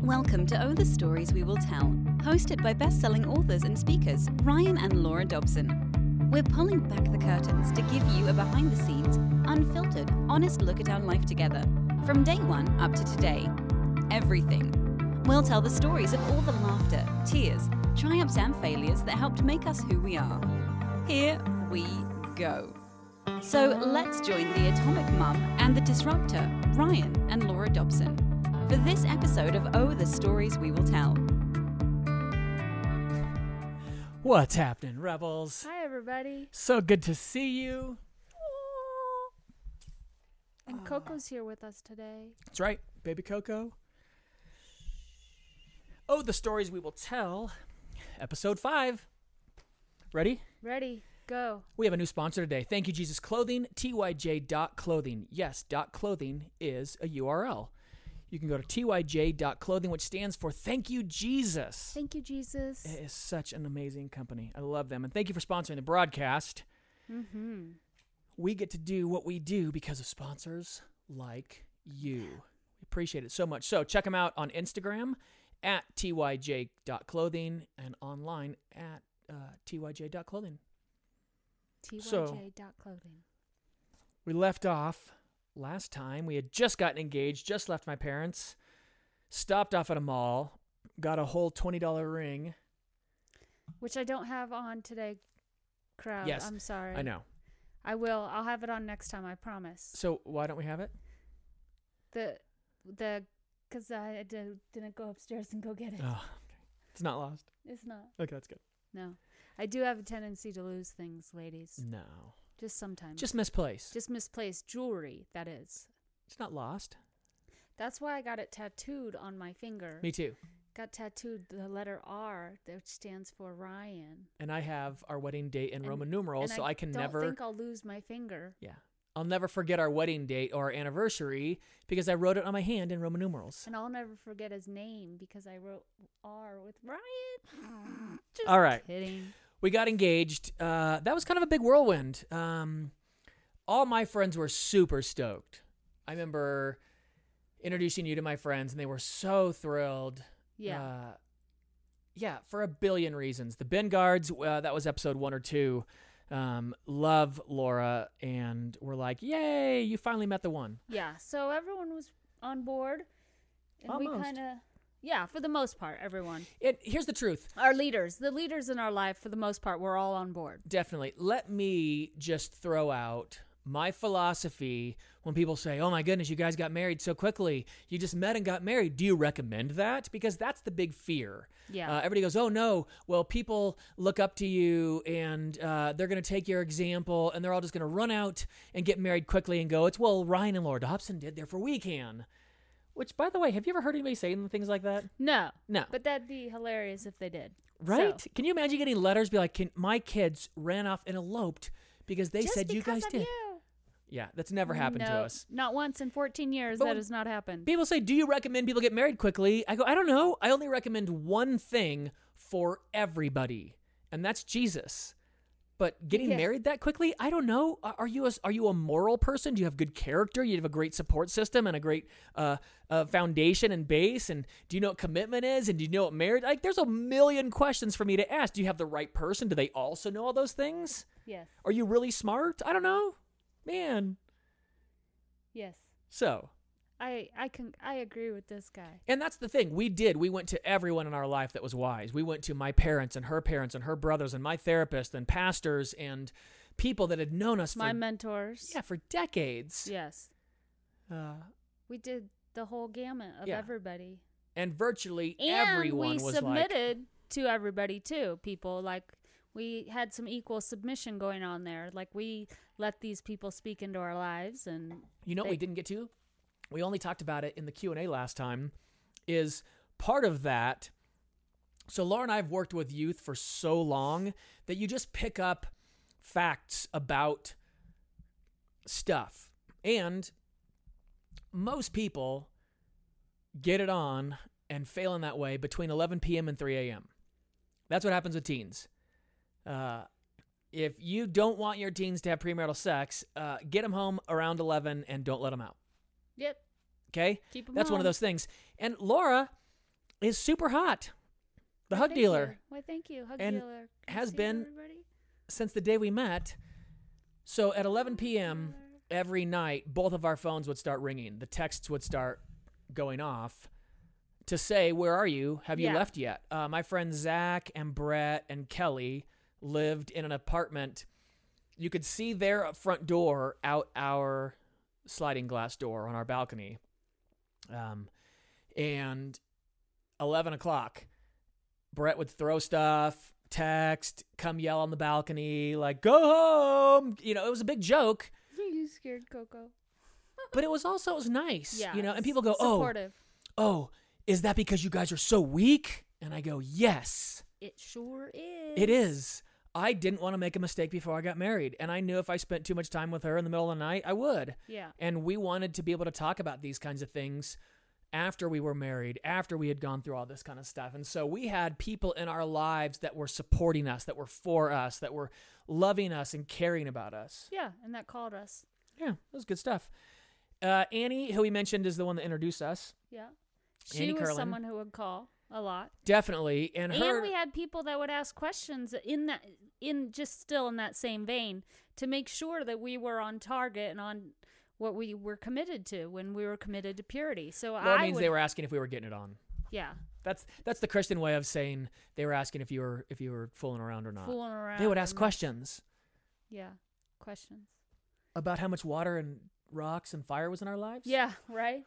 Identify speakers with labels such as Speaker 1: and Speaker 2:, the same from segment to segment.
Speaker 1: Welcome to Oh the Stories We Will Tell, hosted by best-selling authors and speakers Ryan and Laura Dobson. We're pulling back the curtains to give you a behind-the-scenes, unfiltered, honest look at our life together, from day one up to today. Everything. We'll tell the stories of all the laughter, tears, triumphs, and failures that helped make us who we are. Here we go. So let's join the Atomic Mum and the Disruptor, Ryan and Laura Dobson, for this episode of Oh, the Stories We Will Tell.
Speaker 2: What's happening, Rebels?
Speaker 3: Hi, everybody.
Speaker 2: So good to see you. Ah.
Speaker 3: And Coco's here with us today.
Speaker 2: That's right, Baby Coco. Oh, the stories we will tell. Episode 5. Ready?
Speaker 3: Ready? Go.
Speaker 2: We have a new sponsor today. Thank you, Jesus Clothing, tyj.clothing. Yes, dot .clothing is a URL. You can go to tyj.clothing, which stands for Thank You, Jesus.
Speaker 3: Thank you, Jesus.
Speaker 2: It is such an amazing company. I love them. And thank you for sponsoring the broadcast.
Speaker 3: Mm-hmm.
Speaker 2: We get to do what we do because of sponsors like you. We appreciate it so much. So check them out on Instagram at tyj.clothing and online at uh, tyj.clothing. So-
Speaker 3: TYJ.clothing.
Speaker 2: We left off last time. We had just gotten engaged, just left my parents, stopped off at a mall, got a whole $20 ring.
Speaker 3: Which I don't have on today, crowd.
Speaker 2: Yes,
Speaker 3: I'm sorry.
Speaker 2: I know.
Speaker 3: I will. I'll have it on next time, I promise.
Speaker 2: So why don't we have it?
Speaker 3: The, the, because I had to- didn't go upstairs and go get it.
Speaker 2: Oh, okay. It's not lost.
Speaker 3: It's not.
Speaker 2: Okay, that's good.
Speaker 3: No. I do have a tendency to lose things, ladies.
Speaker 2: No.
Speaker 3: Just sometimes.
Speaker 2: Mm. Just misplaced.
Speaker 3: Just misplaced jewelry, that is.
Speaker 2: It's not lost.
Speaker 3: That's why I got it tattooed on my finger.
Speaker 2: Me too.
Speaker 3: got tattooed the letter R, which stands for Ryan.
Speaker 2: And I have our wedding date in
Speaker 3: And-
Speaker 2: Roman numerals,
Speaker 3: and
Speaker 2: so I, can
Speaker 3: don't
Speaker 2: never.
Speaker 3: think I'll lose my finger.
Speaker 2: yeah. I'll never forget our wedding date or our anniversary because I wrote it on my hand in Roman numerals.
Speaker 3: And I'll never forget his name because I wrote R with Ryan. Just
Speaker 2: All right.
Speaker 3: Kidding.
Speaker 2: We got engaged. Uh, that was kind of a big whirlwind. Um, all my friends were super stoked. I remember introducing you to my friends, and they were so thrilled.
Speaker 3: Yeah.
Speaker 2: Uh, yeah, for a billion reasons. The Ben guards, uh, that was episode one or two. Um, love Laura, and we're like, yay, you finally met the one.
Speaker 3: yeah. So everyone was on board. And we
Speaker 2: Almost.
Speaker 3: kind of, yeah, for the most part, everyone.
Speaker 2: It, here's the truth.
Speaker 3: Our leaders, the leaders in our life, for the most part, were all on board.
Speaker 2: Definitely. Let me just throw out my philosophy when people say, oh my goodness, you guys got married so quickly. You just met and got married. Do you recommend that? Because that's the big fear.
Speaker 3: Yeah.
Speaker 2: Uh, everybody goes, oh no, well, people look up to you and uh, they're going to take your example and they're all just going to run out and get married quickly and go, it's well, Ryan and Laura Dobson did, therefore we can. Which, by the way, have you ever heard anybody saying things like that?
Speaker 3: no.
Speaker 2: No.
Speaker 3: But that'd be hilarious if they did.
Speaker 2: Right?
Speaker 3: So,
Speaker 2: Can you imagine getting letters be like, Can my kids ran off and eloped because they
Speaker 3: just
Speaker 2: said you
Speaker 3: because
Speaker 2: guys
Speaker 3: of
Speaker 2: did?
Speaker 3: you.
Speaker 2: Yeah, that's never happened to
Speaker 3: No,
Speaker 2: us.
Speaker 3: Not once in 14 years.
Speaker 2: But
Speaker 3: that
Speaker 2: when-
Speaker 3: has not happened.
Speaker 2: People say, Do you recommend people get married quickly? I go, I don't know. I only recommend one thing for everybody, and that's Jesus. But getting
Speaker 3: Yeah.
Speaker 2: married that quickly, I don't know. Are are you a, are you a moral person? Do you have good character? You have a great support system and a great uh, uh, foundation and base. And do you know what commitment is? And do you know what marriage? Like, there's a million questions for me to ask. Do you have the right person? Do they also know all those things?
Speaker 3: yes.
Speaker 2: Are you really smart? I don't know, man.
Speaker 3: Yes.
Speaker 2: So
Speaker 3: I I can I agree with this guy.
Speaker 2: And that's the thing. We did. We went to everyone in our life that was wise. We went to my parents and her parents and her brothers and my therapist and pastors and people that had known us
Speaker 3: My
Speaker 2: for
Speaker 3: mentors.
Speaker 2: yeah, for decades.
Speaker 3: Yes.
Speaker 2: Uh,
Speaker 3: We did the whole gamut of
Speaker 2: Yeah.
Speaker 3: everybody.
Speaker 2: and virtually
Speaker 3: And
Speaker 2: everyone
Speaker 3: we
Speaker 2: was like
Speaker 3: submitted to everybody too, people. Like we had some equal submission going on there. Like we let these people speak into our lives and
Speaker 2: You know what we
Speaker 3: They-
Speaker 2: didn't get to? We only talked about it in the Q&A last time is part of that. So Laura and I have worked with youth for so long that you just pick up facts about stuff. And most people get it on and fail in that way between 11 p.m. and 3 a.m. That's what happens with teens. Uh, if you don't want your teens to have premarital sex, uh, get them home around 11 and don't let them out.
Speaker 3: Yep.
Speaker 2: Okay?
Speaker 3: Keep 'em
Speaker 2: That's one of
Speaker 3: home.
Speaker 2: those things. And Laura is super hot. The
Speaker 3: Why,
Speaker 2: hug
Speaker 3: thank
Speaker 2: dealer
Speaker 3: you. Why, thank you, hug
Speaker 2: And
Speaker 3: dealer. Good
Speaker 2: has
Speaker 3: to see
Speaker 2: been
Speaker 3: everybody.
Speaker 2: since the day we met. So at 11 p.m. every night, both of our phones would start ringing. The texts would start going off to say, "Where are you? Have you
Speaker 3: Yeah.
Speaker 2: left yet?" Uh, my friends Zach and Brett and Kelly lived in an apartment. You could see their front door out our sliding glass door on our balcony. Um, and 11 o'clock, Brett would throw stuff, text, come yell on the balcony, like, go home. You know, it was a big joke,
Speaker 3: you scared Coco.
Speaker 2: but it was also, it was nice.
Speaker 3: Yeah.
Speaker 2: You know, and
Speaker 3: it's
Speaker 2: people go,
Speaker 3: supportive.
Speaker 2: oh, oh, is that because you guys are so weak? And I go, yes,
Speaker 3: It sure is.
Speaker 2: it is. I didn't want to make a mistake before I got married. And I knew if I spent too much time with her in the middle of the night, I would.
Speaker 3: Yeah.
Speaker 2: And we wanted to be able to talk about these kinds of things after we were married, after we had gone through all this kind of stuff. And so we had people in our lives that were supporting us, that were for us, that were loving us and caring about us.
Speaker 3: Yeah, and that called us.
Speaker 2: Yeah, that was good stuff. Uh, Annie, who we mentioned, is the one that introduced us.
Speaker 3: Yeah. She
Speaker 2: Andy
Speaker 3: was
Speaker 2: Curlin.
Speaker 3: someone who would call a lot.
Speaker 2: Definitely. And
Speaker 3: And,
Speaker 2: her.
Speaker 3: we had people that would ask questions in that in just still in that same vein to make sure that we were on target and on what we were committed to when we were committed to purity. So
Speaker 2: well, that
Speaker 3: I
Speaker 2: means
Speaker 3: would,
Speaker 2: they were asking if we were getting it on.
Speaker 3: yeah,
Speaker 2: That's that's the Christian way of saying they were asking if you were if you were fooling around or not.
Speaker 3: fooling around.
Speaker 2: they would ask
Speaker 3: and-
Speaker 2: questions
Speaker 3: Yeah. Questions.
Speaker 2: about how much water and rocks and fire was in our lives.
Speaker 3: Yeah, right?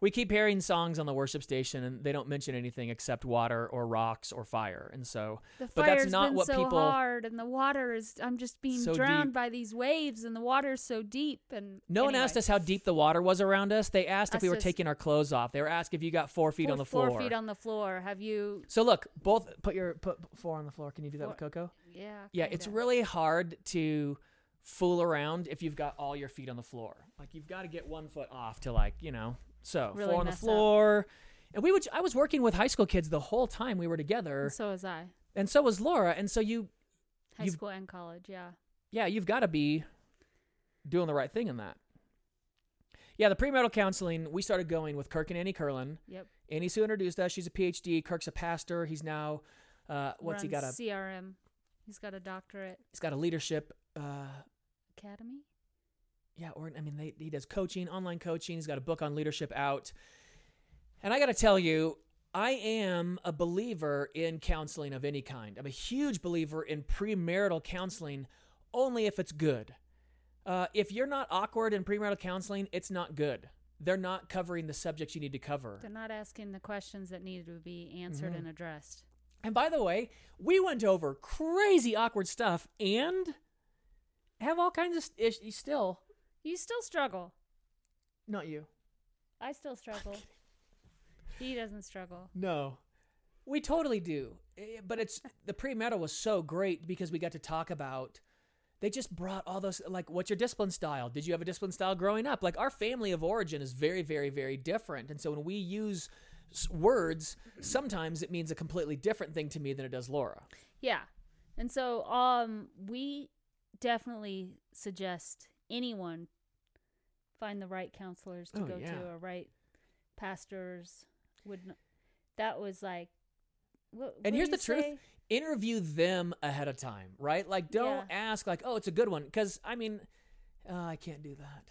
Speaker 2: We keep hearing songs on the worship station and they don't mention anything except water or rocks or fire. And so
Speaker 3: The
Speaker 2: But
Speaker 3: fire's
Speaker 2: that's not
Speaker 3: been
Speaker 2: what
Speaker 3: so
Speaker 2: people-
Speaker 3: hard, and the water is. I'm just being
Speaker 2: So
Speaker 3: drowned
Speaker 2: deep.
Speaker 3: by these waves, and the water's so deep. And
Speaker 2: no one
Speaker 3: anyway,
Speaker 2: asked us how deep the water was around us. They asked if
Speaker 3: Us
Speaker 2: we were
Speaker 3: just-
Speaker 2: taking our clothes off. They were asked if you got four feet
Speaker 3: four,
Speaker 2: on the floor.
Speaker 3: Four feet on the floor. Have you?
Speaker 2: so look, both put your put four on the floor. Can you do that with
Speaker 3: Four.
Speaker 2: Coco?
Speaker 3: Yeah.
Speaker 2: Yeah, it's
Speaker 3: kinda.
Speaker 2: really hard to fool around if you've got all your feet on the floor. Like you've got to get one foot off to like, you know. So,
Speaker 3: Really
Speaker 2: four on the
Speaker 3: mess up.
Speaker 2: floor. And we would I was working with high school kids the whole time we were together.
Speaker 3: And so was I.
Speaker 2: and so was Laura. And so you
Speaker 3: High
Speaker 2: You've-
Speaker 3: school and college. Yeah.
Speaker 2: yeah, you've got to be doing the right thing in that. Yeah, the premarital counseling, we started going with Kirk and Annie Curlin.
Speaker 3: Yep.
Speaker 2: Annie Sue introduced us. She's a PhD. Kirk's a pastor. He's now, uh, what's he
Speaker 3: Runs
Speaker 2: got? A,
Speaker 3: CRM. He's got a doctorate
Speaker 2: he's got a leadership. Uh,
Speaker 3: academy.
Speaker 2: yeah, or I mean, they, he does coaching, online coaching. He's got a book on leadership out. And I got to tell you, I am a believer in counseling of any kind. I'm a huge believer in premarital counseling only if it's good. Uh, if you're not awkward in premarital counseling, it's not good. They're not covering the subjects you need to cover.
Speaker 3: They're not asking the questions that needed to be answered
Speaker 2: Mm-hmm.
Speaker 3: and addressed.
Speaker 2: And by the way, we went over crazy awkward stuff and have all kinds of st- issues still.
Speaker 3: You still struggle.
Speaker 2: Not you.
Speaker 3: I still struggle. he doesn't struggle.
Speaker 2: No. We totally do. Eh, But it's the pre-metal was so great because we got to talk about they just brought all those like what's your discipline style? Did you have a discipline style growing up? Like our family of origin is very very very different. And so when we use s- words, sometimes it means a completely different thing to me than it does Laura.
Speaker 3: Yeah. And so um we definitely suggest anyone find the right counselors to
Speaker 2: Oh,
Speaker 3: go
Speaker 2: yeah.
Speaker 3: to or right pastors would n- that was like what,
Speaker 2: And
Speaker 3: what
Speaker 2: here's
Speaker 3: do
Speaker 2: the
Speaker 3: you
Speaker 2: truth.
Speaker 3: say?
Speaker 2: Interview them ahead of time, right? Like don't ask like, "Oh, it's a good one." Cuz I mean, uh, I can't do that.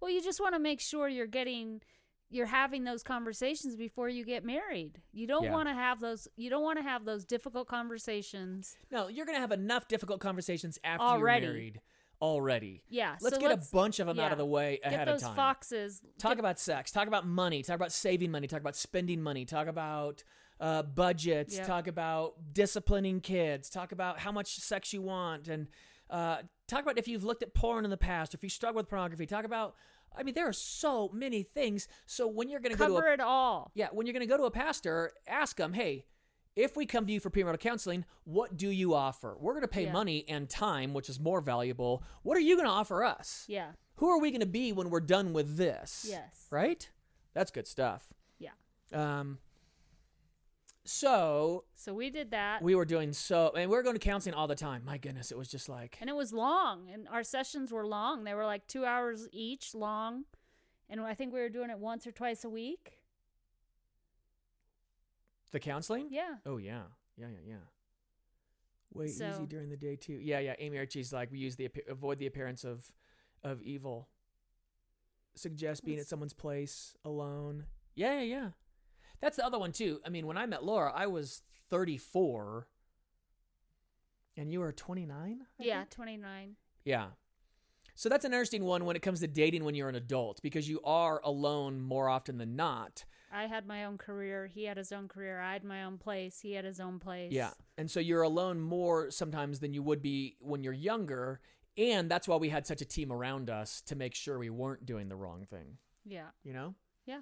Speaker 3: Well, you just want to make sure you're getting you're having those conversations before you get married. You don't
Speaker 2: Yeah.
Speaker 3: want to have those you don't want to have those difficult conversations.
Speaker 2: No, you're going to have enough difficult conversations after
Speaker 3: Already.
Speaker 2: you're married already.
Speaker 3: Yeah,
Speaker 2: Let's
Speaker 3: so
Speaker 2: get
Speaker 3: let's-
Speaker 2: a bunch of them out
Speaker 3: yeah,
Speaker 2: of the way ahead
Speaker 3: get those
Speaker 2: of time.
Speaker 3: foxes
Speaker 2: talk about sex, talk about money, talk about saving money, talk about spending money, talk about uh, budgets,
Speaker 3: Yep.
Speaker 2: talk about disciplining kids, talk about how much sex you want, and uh, talk about if you've looked at porn in the past, if you struggle with pornography, talk about. I mean, there are so many things. So when you're going to go to a
Speaker 3: cover it all.
Speaker 2: yeah, when you're going to go to a pastor, ask them, hey, if we come to you for premarital counseling, what do you offer? We're going to pay
Speaker 3: Yeah.
Speaker 2: money and time, which is more valuable. What are you going to offer us?
Speaker 3: Yeah.
Speaker 2: Who are we going to be when we're done with this?
Speaker 3: Yes.
Speaker 2: Right? That's good stuff.
Speaker 3: Yeah.
Speaker 2: Um, so
Speaker 3: So we did that.
Speaker 2: we were doing so, and we were going to counseling all the time. My goodness, it was just like,
Speaker 3: and it was long and our sessions were long they were like two hours each long and i think we were doing it once or twice a week
Speaker 2: The counseling?
Speaker 3: Yeah.
Speaker 2: Oh yeah, yeah, yeah, yeah. Way easy
Speaker 3: So-
Speaker 2: during the day too. Yeah, yeah. Amy Archie's like we use the appear- avoid the appearance of of evil. Suggest being at
Speaker 3: That's-
Speaker 2: someone's place alone. Yeah, yeah, yeah. That's the other one too. I mean, when I met Laura, I was 34, and you were 29.
Speaker 3: Yeah, 29.
Speaker 2: Yeah. So that's an interesting one when it comes to dating when you're an adult because you are alone more often than not.
Speaker 3: I had my own career. He had his own career. I had my own place. He had his own place.
Speaker 2: Yeah. And so you're alone more sometimes than you would be when you're younger. And that's why we had such a team around us to make sure we weren't doing the wrong thing,
Speaker 3: Yeah.
Speaker 2: you know?
Speaker 3: Yeah.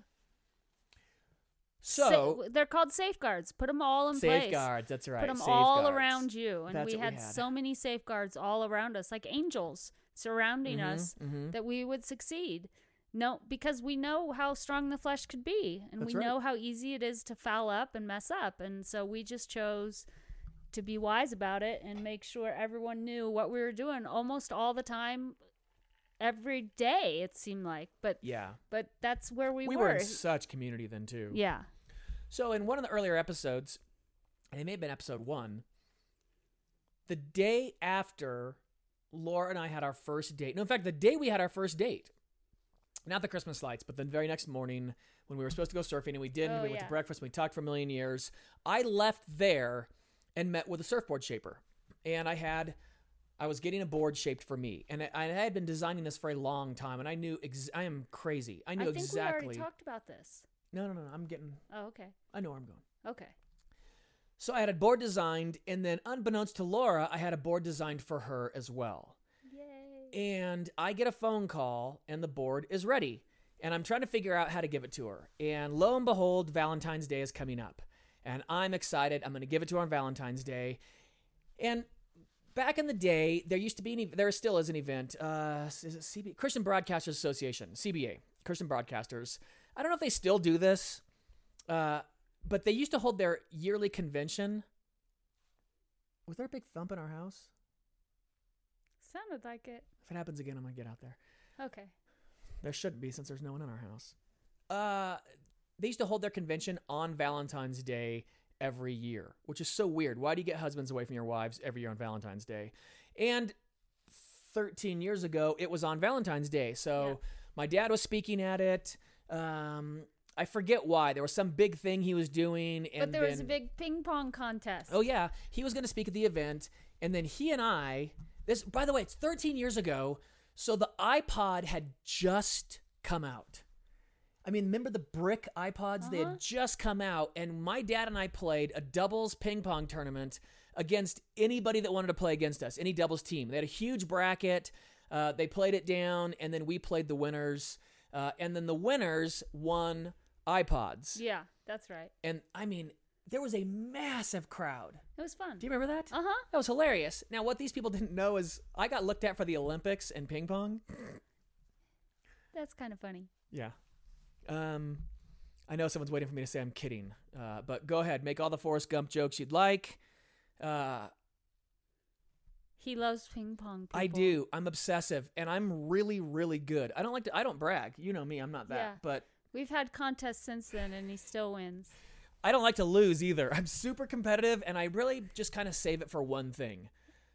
Speaker 3: Sa-
Speaker 2: So,
Speaker 3: they're called safeguards. Put them all in place.
Speaker 2: safeguards, that's right.
Speaker 3: Put them all
Speaker 2: safeguards.
Speaker 3: around you. And
Speaker 2: That's
Speaker 3: we
Speaker 2: what we
Speaker 3: had,
Speaker 2: had.
Speaker 3: so many safeguards all around us, like angels surrounding
Speaker 2: Mhm,
Speaker 3: us,
Speaker 2: mhm.
Speaker 3: that we would succeed. No, because we know how strong the flesh could be, and
Speaker 2: That's
Speaker 3: we
Speaker 2: right.
Speaker 3: know how easy it is to foul up and mess up. And so we just chose to be wise about it and make sure everyone knew what we were doing almost all the time, every day, it seemed like. But
Speaker 2: Yeah.
Speaker 3: but that's where we,
Speaker 2: We, were.
Speaker 3: were.
Speaker 2: in such community then, too.
Speaker 3: yeah.
Speaker 2: So in one of the earlier episodes, and it may have been episode one, the day after Laura and I had our first date. No, in fact, the day we had our first date. Not the Christmas lights, but the very next morning when we were supposed to go surfing and we didn't.
Speaker 3: Oh,
Speaker 2: we went
Speaker 3: yeah.
Speaker 2: to breakfast, we talked for a million years. I left there and met with a surfboard shaper. And I had I was getting a board shaped for me. And I, I had been designing this for a long time and I knew ex- I am crazy. I
Speaker 3: I
Speaker 2: knew
Speaker 3: think we
Speaker 2: exactly.
Speaker 3: already talked about this.
Speaker 2: no, no, no. I'm getting
Speaker 3: Oh, okay.
Speaker 2: I know where I'm going.
Speaker 3: Okay.
Speaker 2: So I had a board designed, and then unbeknownst to Laura, I had a board designed for her as well.
Speaker 3: Yay.
Speaker 2: And I get a phone call, and the board is ready. And I'm trying to figure out how to give it to her. And lo and behold, Valentine's Day is coming up. And I'm excited. I'm going to give it to her on Valentine's Day. And back in the day, there used to be an ev- there still is an event. Uh, is it CB Christian Broadcasters Association CBA Christian Broadcasters? I don't know if they still do this, uh, but they used to hold their yearly convention. Was there a big thump in our house?
Speaker 3: Sounded like it.
Speaker 2: If it happens again, I'm gonna get out there.
Speaker 3: Okay.
Speaker 2: There shouldn't be since there's no one in our house. Uh, they used to hold their convention on Valentine's Day every year, which is so weird. Why do you get husbands away from your wives every year on Valentine's Day? And 13 years ago, it was on Valentine's Day. So my dad was speaking at it. Um, I forget why. There was some big thing he was doing. And
Speaker 3: but there was a
Speaker 2: then-
Speaker 3: big ping pong contest.
Speaker 2: Oh yeah, he was going to speak at the event, and then he and I. This, by the way, it's 13 years ago, so the iPod had just come out. I mean, remember the brick iPods? They
Speaker 3: Uh-huh.
Speaker 2: had just come out, and my dad and I played a doubles ping pong tournament against anybody that wanted to play against us, any doubles team. They had a huge bracket. Uh, they played it down, and then we played the winners, uh, and then the winners won iPods.
Speaker 3: Yeah, that's right.
Speaker 2: And I mean, there was a massive crowd.
Speaker 3: It was fun.
Speaker 2: Do you remember that?
Speaker 3: Uh huh.
Speaker 2: That was hilarious. Now, what these people didn't know is I got looked at for the Olympics and ping pong.
Speaker 3: That's kind of funny.
Speaker 2: Yeah. Um, I know someone's waiting for me to say I'm kidding, uh, but go ahead, make all the Forrest Gump jokes you'd like. Uh,
Speaker 3: He loves ping pong. People.
Speaker 2: I do. I'm obsessive, and I'm really, really good. I don't like to. I don't brag. You know me. I'm not that.
Speaker 3: Yeah.
Speaker 2: But
Speaker 3: We've had contests since then, and he still wins.
Speaker 2: I don't like to lose either. I'm super competitive, and I really just kind of save it for one thing,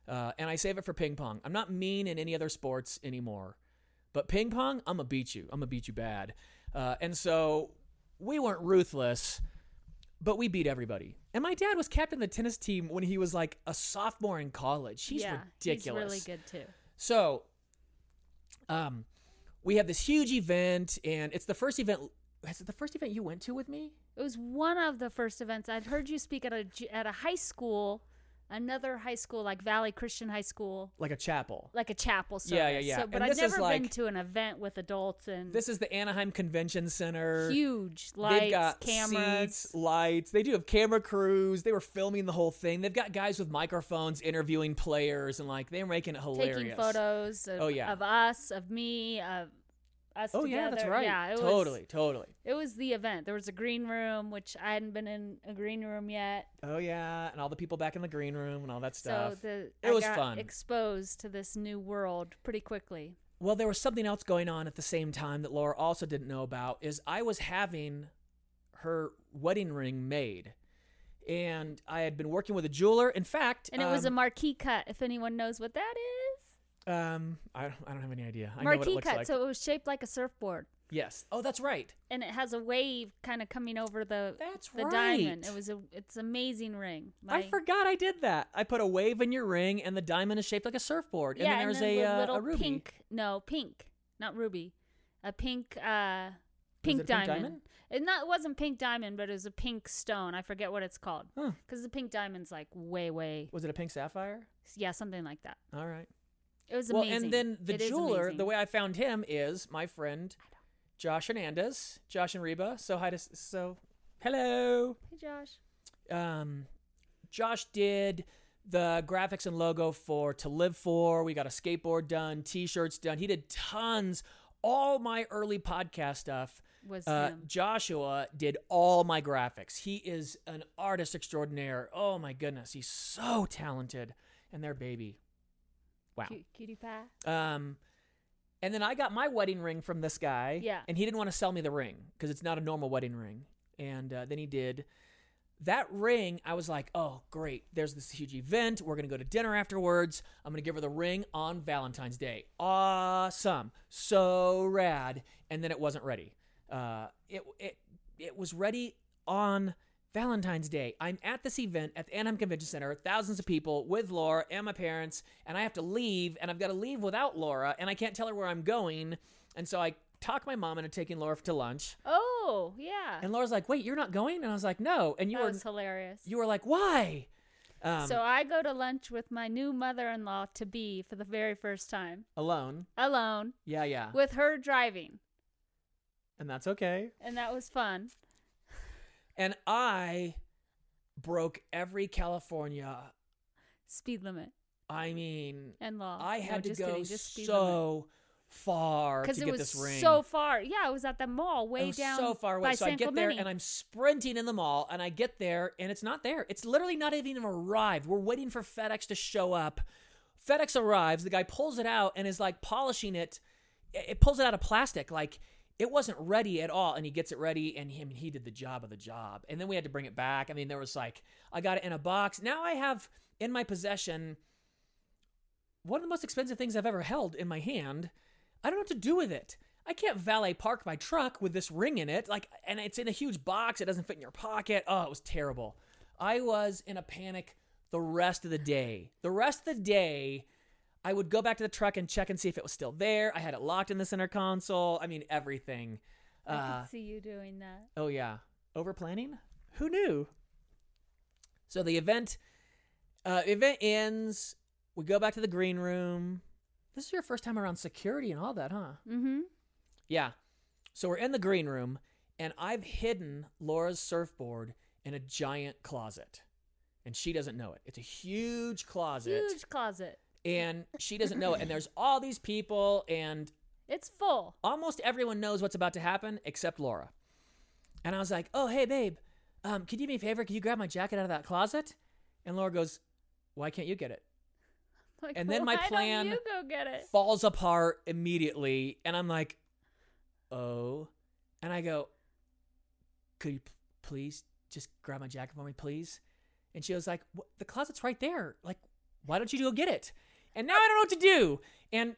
Speaker 2: uh, and I save it for ping pong. I'm not mean in any other sports anymore, but ping pong, I'm gonna beat you. I'm gonna beat you bad. Uh, and so we weren't ruthless, but we beat everybody. And my dad was captain of the tennis team when he was like a sophomore in college. He's
Speaker 3: yeah,
Speaker 2: ridiculous.
Speaker 3: He's really good too.
Speaker 2: So, um, we have this huge event, and it's the first event. Is it the first event you went to with me?
Speaker 3: It was one of the first events I'd heard you speak at a ju- at a high school, another high school like Valley Christian High School,
Speaker 2: Like a chapel.
Speaker 3: like a chapel service.
Speaker 2: Yeah, yeah, yeah.
Speaker 3: So, but
Speaker 2: And
Speaker 3: I'd
Speaker 2: this is
Speaker 3: never been
Speaker 2: like-
Speaker 3: to an event with adults and
Speaker 2: This is the Anaheim Convention Center.
Speaker 3: huge lights,
Speaker 2: They've got
Speaker 3: cameras.
Speaker 2: seats, lights. They do have camera crews. They were filming the whole thing. They've got guys with microphones interviewing players and like they're making it hilarious.
Speaker 3: taking photos of,
Speaker 2: Oh, yeah.
Speaker 3: of us, of me, of us
Speaker 2: Oh
Speaker 3: together.
Speaker 2: yeah, that's right.
Speaker 3: Yeah, it
Speaker 2: totally,
Speaker 3: was
Speaker 2: totally.
Speaker 3: it was the event. There was a green room, which I hadn't been in a green room yet.
Speaker 2: Oh yeah, and all the people back in the green room and all that stuff.
Speaker 3: So the
Speaker 2: It
Speaker 3: I
Speaker 2: was
Speaker 3: got
Speaker 2: fun.
Speaker 3: exposed to this new world pretty quickly.
Speaker 2: well, there was something else going on at the same time that Laura also didn't know about is I was having her wedding ring made. and I had been working with a jeweler. In fact,
Speaker 3: And it was a
Speaker 2: um,
Speaker 3: marquee cut, if anyone knows what that is.
Speaker 2: um, I, I don't have any idea. I know what it
Speaker 3: Marquee
Speaker 2: looks
Speaker 3: cut.
Speaker 2: like.
Speaker 3: So it was shaped like a surfboard.
Speaker 2: yes. Oh, that's right.
Speaker 3: And it has a wave kind of coming over the
Speaker 2: That's
Speaker 3: the
Speaker 2: right.
Speaker 3: diamond. It was a it's amazing ring.
Speaker 2: I
Speaker 3: My-
Speaker 2: forgot I did that. I put a wave in your ring, and the diamond is shaped like a surfboard.
Speaker 3: yeah,
Speaker 2: and then there's
Speaker 3: and then
Speaker 2: a,
Speaker 3: the
Speaker 2: uh,
Speaker 3: little
Speaker 2: a ruby.
Speaker 3: pink. No, pink, not ruby. A pink,
Speaker 2: it
Speaker 3: uh,
Speaker 2: a
Speaker 3: pink
Speaker 2: pink
Speaker 3: diamond.
Speaker 2: diamond?
Speaker 3: It not it wasn't pink diamond, but it was a pink stone. I forget what it's called.
Speaker 2: Huh.
Speaker 3: Because the pink diamond's like way, way,
Speaker 2: Was it a pink sapphire?
Speaker 3: yeah, something like that.
Speaker 2: All right.
Speaker 3: It was
Speaker 2: well,
Speaker 3: amazing.
Speaker 2: and then the
Speaker 3: It is
Speaker 2: jeweler. The
Speaker 3: amazing.
Speaker 2: way I found him is my friend, Josh Hernandez. Josh and Reba. So hi to s- so hello.
Speaker 3: Hey, Josh.
Speaker 2: um, Josh did the graphics and logo for To Live For. We got a skateboard done, t-shirts done. He did tons. All my early podcast stuff.
Speaker 3: Was um,
Speaker 2: Uh,
Speaker 3: him.
Speaker 2: Joshua did all my graphics. He is an artist extraordinaire. Oh my goodness, he's so talented. And their baby. Wow.
Speaker 3: Cu- cutie pie.
Speaker 2: Um, and then I got my wedding ring from this guy.
Speaker 3: Yeah.
Speaker 2: And he didn't want to sell me the ring because it's not a normal wedding ring. And uh, then he did. That ring, I was like, oh, great. There's this huge event. We're going to go to dinner afterwards. I'm going to give her the ring on Valentine's Day. Awesome. So rad. And then it wasn't ready. Uh, it, it, it was ready on Valentine's Day. I'm at this event at the Anaheim Convention Center, thousands of people with Laura and my parents, and I have to leave, and I've got to leave without Laura, and I can't tell her where I'm going. And so I talk my mom into taking Laura to lunch.
Speaker 3: Oh yeah,
Speaker 2: And Laura's like, "Wait, you're not going?" And I was like, "No." And you
Speaker 3: that
Speaker 2: were
Speaker 3: was hilarious.
Speaker 2: you were like, "Why?" Um,
Speaker 3: so I go to lunch with my new mother-in-law to be for the very first time
Speaker 2: alone.
Speaker 3: alone
Speaker 2: Yeah, yeah.
Speaker 3: with her driving,
Speaker 2: and that's okay.
Speaker 3: and that was fun.
Speaker 2: And I broke every California.
Speaker 3: Speed limit
Speaker 2: I mean,
Speaker 3: and law.
Speaker 2: I
Speaker 3: No,
Speaker 2: had to
Speaker 3: just
Speaker 2: go
Speaker 3: kidding, just speed limit.
Speaker 2: so far to
Speaker 3: because
Speaker 2: get
Speaker 3: it was
Speaker 2: this ring.
Speaker 3: so far. Yeah, it was at the mall,
Speaker 2: It
Speaker 3: way
Speaker 2: was
Speaker 3: down
Speaker 2: so far away.
Speaker 3: by
Speaker 2: so
Speaker 3: San
Speaker 2: I get
Speaker 3: Clemente.
Speaker 2: there and I'm sprinting in the mall, and I get there and it's not there. It's literally not even arrived. We're waiting for FedEx to show up. FedEx arrives. The guy pulls it out and is like polishing it. It it pulls it out of plastic, like it wasn't ready at all. And he gets it ready, and him he did the job of the job. And then we had to bring it back. I mean, there was like I got it in a box. Now I have in my possession one of the most expensive things I've ever held in my hand. I don't know what to do with it. I can't valet park my truck with this ring in it. Like, and it's in a huge box. It doesn't fit in your pocket. Oh, it was terrible. I was in a panic the rest of the day. The rest of the day, I would go back to the truck and check and see if it was still there. I had it locked in the center console. I mean, everything.
Speaker 3: I
Speaker 2: Uh,
Speaker 3: could see you doing that.
Speaker 2: Oh yeah, over planning. Who knew? So the event, uh, event ends. We go back to the green room. This is your first time around security and all that, huh?
Speaker 3: Mm-hmm.
Speaker 2: Yeah. So we're in the green room, and I've hidden Laura's surfboard in a giant closet, and she doesn't know it. It's a huge closet,
Speaker 3: Huge closet.
Speaker 2: and she doesn't know it. And there's all these people, and
Speaker 3: It's full.
Speaker 2: almost everyone knows what's about to happen except Laura. And I was like, oh, hey, babe, um, could you do me a favor? Can you grab my jacket out of that closet? And Laura goes, why can't you get it?
Speaker 3: Like,
Speaker 2: And then my
Speaker 3: why don't
Speaker 2: plan
Speaker 3: you go get it.
Speaker 2: Falls apart immediately. And I'm like, oh. And I go, could you p- please just grab my jacket for me, please? And she was like, "Wh- the closet's right there. Like, why don't you go get it? And now I don't know what to do. And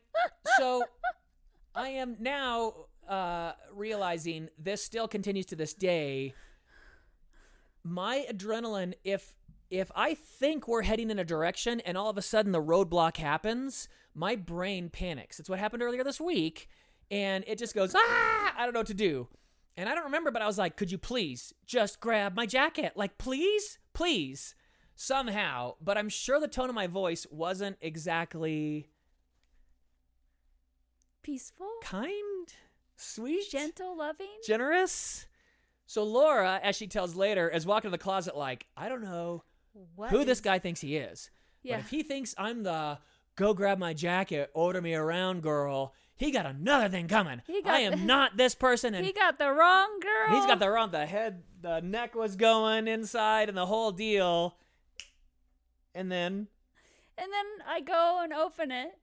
Speaker 2: so I am now uh, realizing this still continues to this day. My adrenaline, if if I think we're heading in a direction and all of a sudden the roadblock happens, my brain panics. It's what happened earlier this week, and it just goes, ah, I don't know what to do. And I don't remember, but I was like, could you please just grab my jacket? Like, please, please, somehow. But I'm sure the tone of my voice wasn't exactly
Speaker 3: Peaceful,
Speaker 2: kind, sweet,
Speaker 3: gentle, loving.
Speaker 2: generous. So Laura, as she tells later, is walking to the closet like, I don't know
Speaker 3: What
Speaker 2: who this
Speaker 3: is-
Speaker 2: guy thinks he is.
Speaker 3: Yeah.
Speaker 2: But if he thinks I'm the go grab my jacket, order me around girl, he got another thing coming.
Speaker 3: He got
Speaker 2: I am
Speaker 3: the-
Speaker 2: not this person and
Speaker 3: He got the wrong girl.
Speaker 2: he's got the wrong the head the neck was going inside and the whole deal. And then
Speaker 3: And then I go and open it,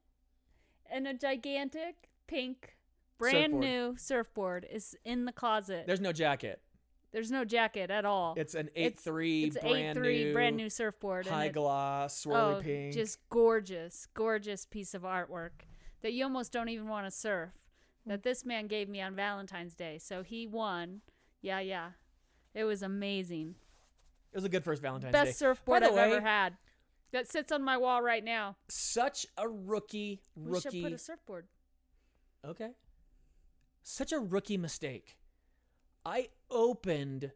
Speaker 3: and a gigantic pink, brand
Speaker 2: Surfboard.
Speaker 3: new surfboard is in the closet.
Speaker 2: there's no jacket.
Speaker 3: There's no jacket at all.
Speaker 2: It's an eight
Speaker 3: It's-
Speaker 2: three
Speaker 3: it's
Speaker 2: brand,
Speaker 3: a three
Speaker 2: new,
Speaker 3: brand new surfboard. and
Speaker 2: high
Speaker 3: it-
Speaker 2: gloss, swirly
Speaker 3: oh,
Speaker 2: pink.
Speaker 3: Just gorgeous, gorgeous piece of artwork that you almost don't even want to surf. That this man gave me on Valentine's Day. So he won. Yeah, yeah. It was amazing.
Speaker 2: it was a good first Valentine's Day.
Speaker 3: Best surfboard
Speaker 2: By
Speaker 3: I've
Speaker 2: the way,
Speaker 3: ever had. That sits on my wall right now.
Speaker 2: Such a rookie,
Speaker 3: We should
Speaker 2: rookie.
Speaker 3: put a surfboard.
Speaker 2: Okay. Such a rookie mistake. I opened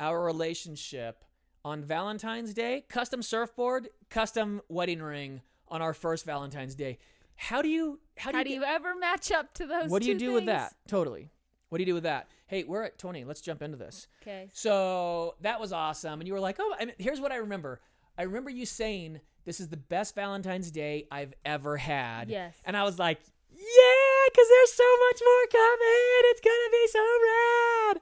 Speaker 2: our relationship on Valentine's Day, custom surfboard, custom wedding ring on our first Valentine's Day. How do you how
Speaker 3: How
Speaker 2: do you, get-
Speaker 3: ever match up to those?
Speaker 2: What do you
Speaker 3: two
Speaker 2: do with
Speaker 3: things?
Speaker 2: that? Totally. What do you do with that? Hey, we're at 20. Let's jump into this.
Speaker 3: Okay.
Speaker 2: So that was awesome. And you were like, oh, I mean, here's what I remember. I remember you saying, this is the best Valentine's Day I've ever had.
Speaker 3: Yes.
Speaker 2: And I was like, yeah, because there's so much more coming. It's going to be so rad.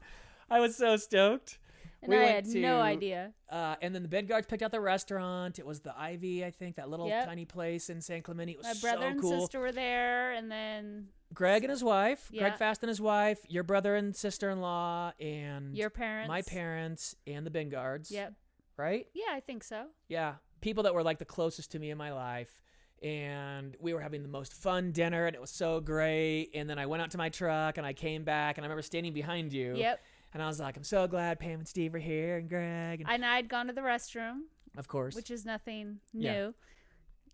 Speaker 2: I was so stoked.
Speaker 3: And
Speaker 2: We
Speaker 3: I
Speaker 2: went
Speaker 3: had no
Speaker 2: to-
Speaker 3: idea.
Speaker 2: Uh, and then the bed guards picked out the restaurant. It was the Ivy, I think, that little
Speaker 3: Yep.
Speaker 2: tiny place in San Clemente. It was
Speaker 3: My brother
Speaker 2: so
Speaker 3: and
Speaker 2: cool.
Speaker 3: sister were there, and then
Speaker 2: Greg and his wife,
Speaker 3: Yeah.
Speaker 2: Greg Fast and his wife, your brother and sister in law, and
Speaker 3: your parents.
Speaker 2: my parents, and the Ben guards.
Speaker 3: Yep.
Speaker 2: Right?
Speaker 3: Yeah, I think so.
Speaker 2: Yeah. People that were like the closest to me in my life. And we were having the most fun dinner, and it was so great. And then I went out to my truck and I came back, and I remember standing behind you.
Speaker 3: Yep.
Speaker 2: And I was like, I'm so glad Pam and Steve are here, and Greg. And
Speaker 3: And I had gone to the restroom,
Speaker 2: of course.
Speaker 3: which is nothing new.
Speaker 2: Yeah.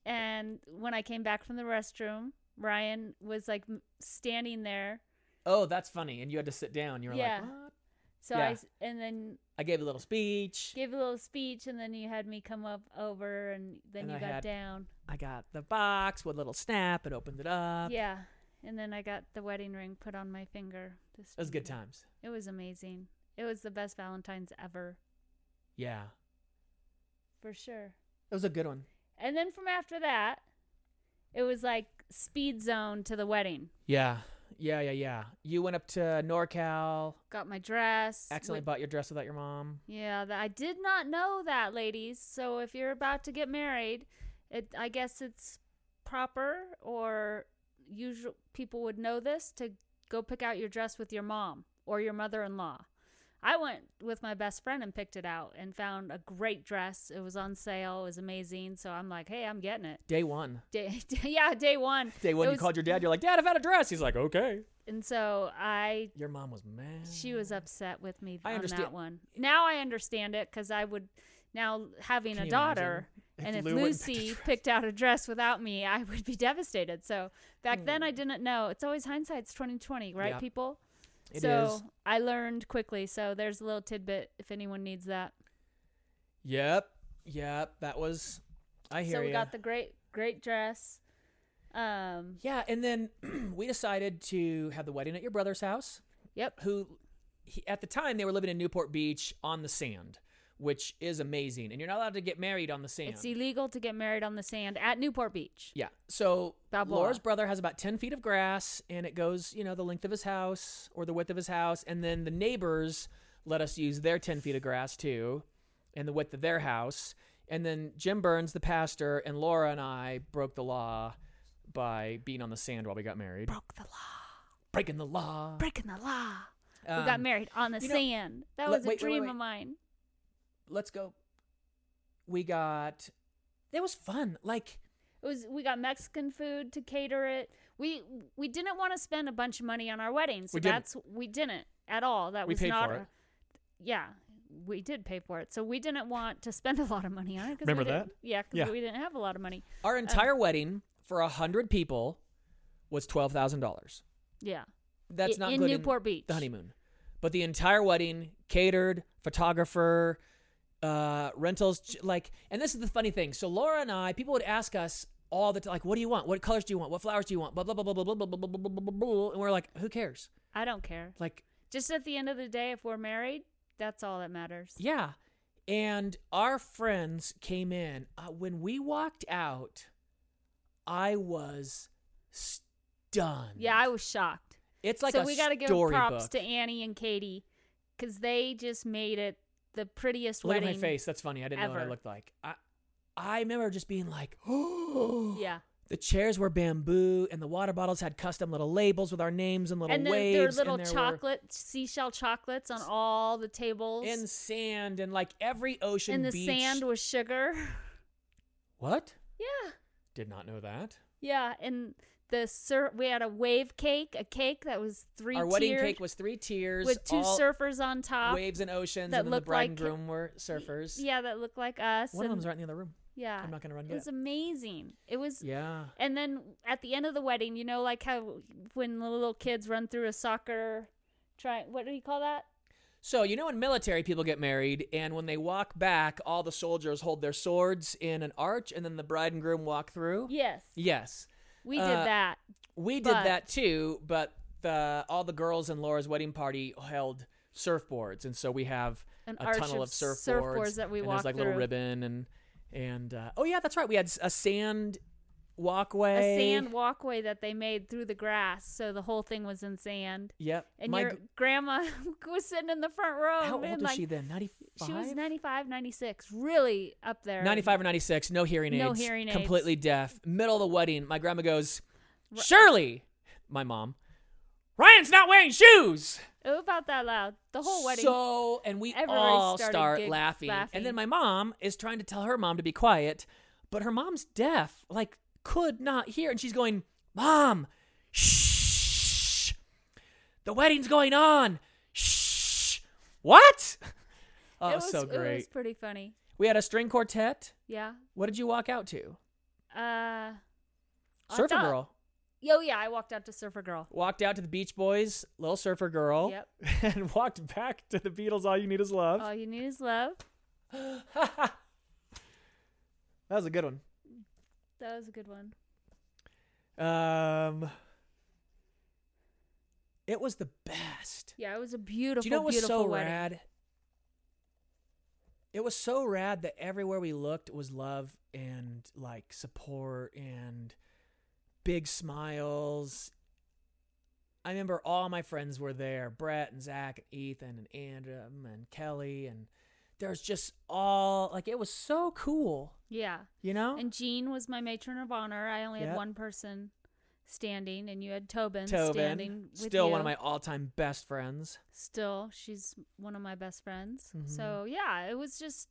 Speaker 3: And when I came back from the restroom, Ryan was like m- standing there.
Speaker 2: oh, that's funny. And you had to sit down. You were
Speaker 3: Yeah.
Speaker 2: like, what?
Speaker 3: So I
Speaker 2: Yeah.
Speaker 3: s and then
Speaker 2: I gave a little speech.
Speaker 3: gave a little speech, and then you had me come up over, and then
Speaker 2: And
Speaker 3: you
Speaker 2: I
Speaker 3: got
Speaker 2: had-
Speaker 3: down.
Speaker 2: I got the box with a little snap. It opened it up.
Speaker 3: yeah. And then I got the wedding ring put on my finger. This
Speaker 2: It was good
Speaker 3: morning.
Speaker 2: times.
Speaker 3: It was amazing. It was the best Valentine's ever,
Speaker 2: Yeah.
Speaker 3: for sure.
Speaker 2: It was a good one.
Speaker 3: And then from after that, it was like speed zone to the wedding.
Speaker 2: Yeah. Yeah, yeah, yeah. You went up to NorCal,
Speaker 3: Got my dress.
Speaker 2: accidentally
Speaker 3: went-
Speaker 2: bought your dress without your mom.
Speaker 3: yeah, th- I did not know that, ladies. So if you're about to get married, it I guess it's proper or usual people would know this to go pick out your dress with your mom or your mother-in-law. I went with my best friend and picked it out and found a great dress. It was on sale. It was amazing. So I'm like, hey, I'm getting it.
Speaker 2: Day one.
Speaker 3: Day, yeah, day one.
Speaker 2: Day one,
Speaker 3: It
Speaker 2: you
Speaker 3: was-
Speaker 2: called your dad. You're like, Dad, I've had a dress. He's like, okay.
Speaker 3: And so I,
Speaker 2: Your mom was mad.
Speaker 3: she was upset with me
Speaker 2: I
Speaker 3: on that
Speaker 2: understand-
Speaker 3: one. Now I understand it because I would, now having
Speaker 2: Can
Speaker 3: a
Speaker 2: you
Speaker 3: daughter,
Speaker 2: imagine
Speaker 3: and
Speaker 2: if
Speaker 3: if
Speaker 2: Lou went and picked a
Speaker 3: Lucy
Speaker 2: dress?
Speaker 3: picked out a dress without me, I would be devastated. So back then
Speaker 2: Hmm.
Speaker 3: I didn't know. It's always hindsight's twenty twenty, right,
Speaker 2: Yeah,
Speaker 3: people?
Speaker 2: It
Speaker 3: so
Speaker 2: is.
Speaker 3: I learned quickly. So there's a little tidbit if anyone needs that.
Speaker 2: Yep. Yep. That was. I hear
Speaker 3: So we
Speaker 2: ya.
Speaker 3: got the great, great dress. Um,
Speaker 2: Yeah, and then we decided to have the wedding at your brother's house.
Speaker 3: Yep.
Speaker 2: Who he, at the time they were living in Newport Beach on the sand, which is amazing. And you're not allowed to get married on the sand.
Speaker 3: it's illegal to get married on the sand at Newport Beach.
Speaker 2: yeah. So
Speaker 3: Balboa.
Speaker 2: Laura's brother has about 10 feet of grass and it goes, you know, the length of his house or the width of his house. And then the neighbors let us use their 10 feet of grass too and the width of their house. And then Jim Burns, the pastor, and Laura and I broke the law by being on the sand while we got married.
Speaker 3: Broke the law,
Speaker 2: Breaking the law.
Speaker 3: breaking the law. we got
Speaker 2: Um,
Speaker 3: married on the
Speaker 2: you know-
Speaker 3: sand. That
Speaker 2: le-
Speaker 3: was a
Speaker 2: wait, wait,
Speaker 3: dream
Speaker 2: wait.
Speaker 3: of mine.
Speaker 2: let's go. We got. It was fun. Like
Speaker 3: It was we got Mexican food to cater it. We we didn't want to spend a bunch of money on our wedding, so
Speaker 2: We didn't.
Speaker 3: that's we didn't at all. That
Speaker 2: We
Speaker 3: was
Speaker 2: paid
Speaker 3: not.
Speaker 2: for it.
Speaker 3: Yeah, we did pay for it, so we didn't want to spend a lot of money on it. 'cause we
Speaker 2: Remember
Speaker 3: didn't-
Speaker 2: that?
Speaker 3: Yeah, because
Speaker 2: Yeah.
Speaker 3: we didn't have a lot of money.
Speaker 2: our entire wedding for a hundred people was twelve thousand dollars.
Speaker 3: Yeah,
Speaker 2: That's
Speaker 3: In-
Speaker 2: not
Speaker 3: in
Speaker 2: good
Speaker 3: Newport Beach.
Speaker 2: The honeymoon, but the entire wedding catered, photographer, uh, rentals. ch- Like, and this is the funny thing. So Laura and I, people would ask us all the time, like, "What do you want? What colors do you want? What flowers do you want?" Blah blah blah blah blah blah blah blah blah blah blah. blah, blah. And we're like, "Who cares?"
Speaker 3: I don't care.
Speaker 2: Like,
Speaker 3: Just at the end of the day, if we're married, that's all that matters.
Speaker 2: Yeah. And our friends came in. Uh, when we walked out, I was stunned.
Speaker 3: Yeah, I was shocked.
Speaker 2: it's like
Speaker 3: so
Speaker 2: a
Speaker 3: we gotta give
Speaker 2: storybook.
Speaker 3: props to Annie and Katie because they just made it the prettiest
Speaker 2: Look at
Speaker 3: wedding.
Speaker 2: my face. That's funny. I didn't know what I
Speaker 3: ever.
Speaker 2: looked like. I I remember just being like, "Oh,
Speaker 3: Yeah,
Speaker 2: The chairs were bamboo, and the water bottles had custom little labels with our names and little
Speaker 3: and there,
Speaker 2: waves.
Speaker 3: there were little
Speaker 2: and there were-
Speaker 3: chocolate seashell chocolates on all the tables.
Speaker 2: and sand, and like every ocean
Speaker 3: and the
Speaker 2: beach.
Speaker 3: sand was sugar.
Speaker 2: What?
Speaker 3: yeah.
Speaker 2: Did not know that.
Speaker 3: Yeah, and the sur- we had a wave cake, a cake that was three
Speaker 2: Our wedding cake was three tiers
Speaker 3: with two
Speaker 2: all
Speaker 3: surfers on top.
Speaker 2: waves and oceans,
Speaker 3: that
Speaker 2: and then the
Speaker 3: looked
Speaker 2: bride and
Speaker 3: like-
Speaker 2: groom were surfers.
Speaker 3: Yeah, that looked like us.
Speaker 2: One of
Speaker 3: and-
Speaker 2: them's right in the other room.
Speaker 3: Yeah,
Speaker 2: I'm not gonna run
Speaker 3: It
Speaker 2: get
Speaker 3: was
Speaker 2: it.
Speaker 3: amazing. It was.
Speaker 2: Yeah.
Speaker 3: And then at the end of the wedding, you know, like how when the little kids run through a soccer, try what do you call that?
Speaker 2: So you know when military people get married, and when they walk back, all the soldiers hold their swords in an arch, and then the bride and groom walk through.
Speaker 3: Yes,
Speaker 2: Yes,
Speaker 3: we did
Speaker 2: Oh. Uh,
Speaker 3: that.
Speaker 2: we did
Speaker 3: But-
Speaker 2: that too. But the all the girls in Laura's wedding party held surfboards, and so we have
Speaker 3: An
Speaker 2: a
Speaker 3: arch
Speaker 2: tunnel of
Speaker 3: of
Speaker 2: surfboards,
Speaker 3: surfboards that we
Speaker 2: and
Speaker 3: walk
Speaker 2: there's like little
Speaker 3: through.
Speaker 2: ribbon and and uh, oh yeah, that's right. We had s- a sand walkway.
Speaker 3: A sand walkway that they made through the grass, so the whole thing was in sand.
Speaker 2: Yep.
Speaker 3: And
Speaker 2: My
Speaker 3: your
Speaker 2: gr-
Speaker 3: grandma was sitting in the front row.
Speaker 2: how old
Speaker 3: and
Speaker 2: was
Speaker 3: like,
Speaker 2: she then? Ninety five.
Speaker 3: She was 95, 96, really up there.
Speaker 2: 95 or 96, no hearing aids.
Speaker 3: No hearing aids.
Speaker 2: Completely deaf. Middle of the wedding, my grandma goes, Shirley, my mom, Ryan's not wearing shoes.
Speaker 3: It was about that loud. The whole wedding.
Speaker 2: So, and we
Speaker 3: Everybody
Speaker 2: all
Speaker 3: started
Speaker 2: start
Speaker 3: gig-
Speaker 2: laughing.
Speaker 3: laughing.
Speaker 2: And then my mom is trying to tell her mom to be quiet, but her mom's deaf, like, could not hear. And she's going, Mom, shh. The wedding's going on. Shh. What? Oh,
Speaker 3: it was
Speaker 2: so
Speaker 3: It
Speaker 2: great.
Speaker 3: was pretty funny.
Speaker 2: We had a string quartet.
Speaker 3: Yeah.
Speaker 2: What did you walk out to?
Speaker 3: Uh, I
Speaker 2: Surfer
Speaker 3: thought-
Speaker 2: Girl.
Speaker 3: Yo, yeah, I walked out to Surfer Girl.
Speaker 2: Walked out to the Beach Boys, Little Surfer Girl,
Speaker 3: Yep.
Speaker 2: and walked back to the Beatles All You Need Is Love.
Speaker 3: All you need is love.
Speaker 2: that was a good one.
Speaker 3: That was a good one.
Speaker 2: Um, it was the best.
Speaker 3: Yeah, it was a beautiful,
Speaker 2: Do you know what was
Speaker 3: beautiful
Speaker 2: so
Speaker 3: wedding.
Speaker 2: rad? It was so rad that everywhere we looked was love and like support and big smiles. I remember all my friends were there Brett and Zach and Ethan and Andrew and Kelly. And there's just all like it was so cool,
Speaker 3: Yeah.
Speaker 2: you know?
Speaker 3: And Jean was my matron of honor. I only
Speaker 2: Yep.
Speaker 3: had one person standing, and you had Tobin, standing
Speaker 2: Tobin,
Speaker 3: with
Speaker 2: still one
Speaker 3: you.
Speaker 2: of my all time best friends.
Speaker 3: Still, she's one of my best friends. So yeah, it was just.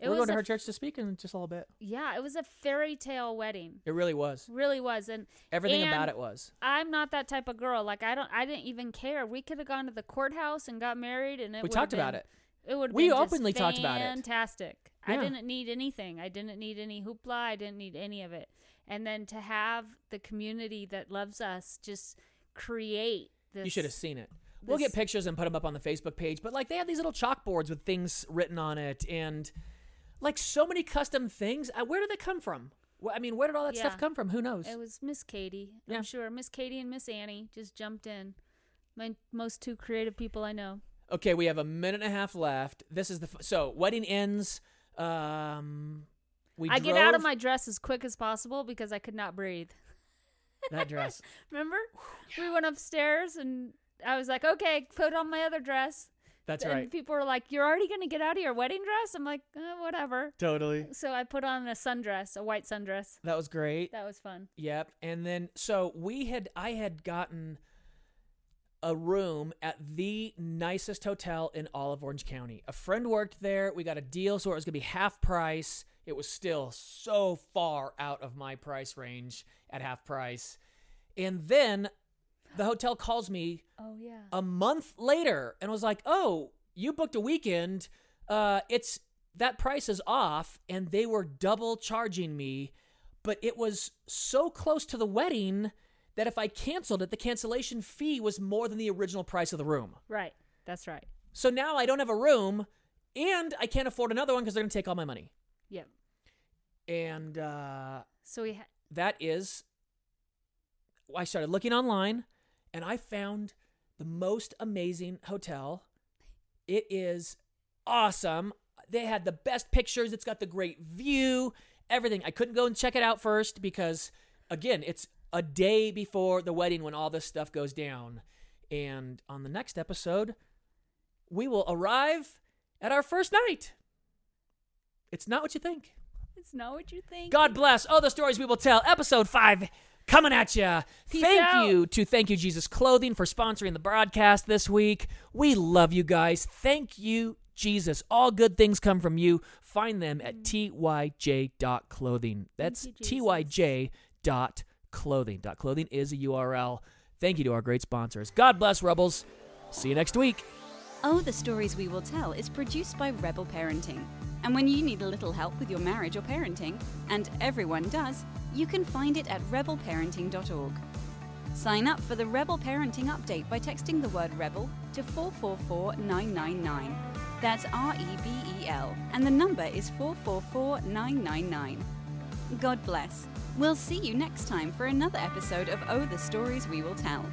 Speaker 3: It
Speaker 2: we're going
Speaker 3: was
Speaker 2: Mm-hmm. to
Speaker 3: a
Speaker 2: her church to speak in just a little bit.
Speaker 3: Yeah, it was a fairy tale wedding.
Speaker 2: It really was.
Speaker 3: Really was. And
Speaker 2: Everything about
Speaker 3: And-
Speaker 2: it was.
Speaker 3: I'm not that type of girl. Like I don't I didn't even care. We could have gone to the courthouse and got married and it
Speaker 2: We
Speaker 3: would've
Speaker 2: talked about
Speaker 3: been-
Speaker 2: it.
Speaker 3: It would
Speaker 2: We
Speaker 3: been just
Speaker 2: openly talked about it.
Speaker 3: Fantastic. I
Speaker 2: Yeah.
Speaker 3: didn't need anything. I didn't need any hoopla. I didn't need any of it. And then to have the community that loves us just create this
Speaker 2: You should have seen it. We'll
Speaker 3: this-
Speaker 2: get pictures and put them up on the Facebook page. But like they had these little chalkboards with things written on it, and like so many custom things. Uh, Where did they come from? Wh- I mean, where did all that
Speaker 3: Yeah.
Speaker 2: stuff come from? Who knows?
Speaker 3: It was Miss Katie.
Speaker 2: Yeah.
Speaker 3: I'm sure Miss Katie and Miss Annie just jumped in. My most two creative people I know.
Speaker 2: okay, we have a minute and a half left. This is the f- so wedding ends. Um, we
Speaker 3: I get out of
Speaker 2: drove-
Speaker 3: my dress as quick as possible because I could not breathe.
Speaker 2: that dress.
Speaker 3: Remember? We went upstairs and I was like, okay, put on my other dress.
Speaker 2: That's
Speaker 3: and
Speaker 2: right.
Speaker 3: people were like, you're already going to get out of your wedding dress? I'm like, eh, whatever.
Speaker 2: Totally.
Speaker 3: So I put on a sundress, a white sundress.
Speaker 2: That was great.
Speaker 3: That was fun.
Speaker 2: Yep. And then so we had I had gotten a room at the nicest hotel in all of Orange County. A friend worked there. We got a deal so it was going to be half price. It was still so far out of my price range at half price. And then the hotel calls me
Speaker 3: Oh, yeah.
Speaker 2: a month later and was like, "Oh, you booked a weekend. Uh, it's that price is off," and they were double charging me, but it was so close to the wedding that if I canceled it, the cancellation fee was more than the original price of the room.
Speaker 3: Right. That's right.
Speaker 2: So now I don't have a room, and I can't afford another one because they're gonna take all my money.
Speaker 3: Yep.
Speaker 2: And uh,
Speaker 3: So we had.
Speaker 2: that is I started looking online and I found the most amazing hotel. It is awesome. They had the best pictures. It's got the great view, everything. I couldn't go and check it out first because again, it's a day before the wedding when all this stuff goes down. And on the next episode, we will arrive at our first night. It's not what you think.
Speaker 3: It's not what you think.
Speaker 2: God bless. Oh, the stories we will tell. Episode five coming at ya.
Speaker 3: Peace
Speaker 2: Thank
Speaker 3: out.
Speaker 2: you to Thank You Jesus Clothing for sponsoring the broadcast this week. We love you guys. Thank you, Jesus. All good things come from you. Find them at tyj.clothing. That's
Speaker 3: Mm. Thank you,
Speaker 2: tyj dot clothing. Dot clothing is a URL. Thank you to our great sponsors. God bless, Rebels. See you next week.
Speaker 1: Oh, the Stories We Will Tell is produced by Rebel Parenting. And when you need a little help with your marriage or parenting, and everyone does, you can find it at rebelparenting.org. Sign up for the Rebel Parenting Update by texting the word REBEL to 444999. That's R E B E L, and the number is 444999. God bless. We'll see you next time for another episode of Oh, the Stories We Will Tell.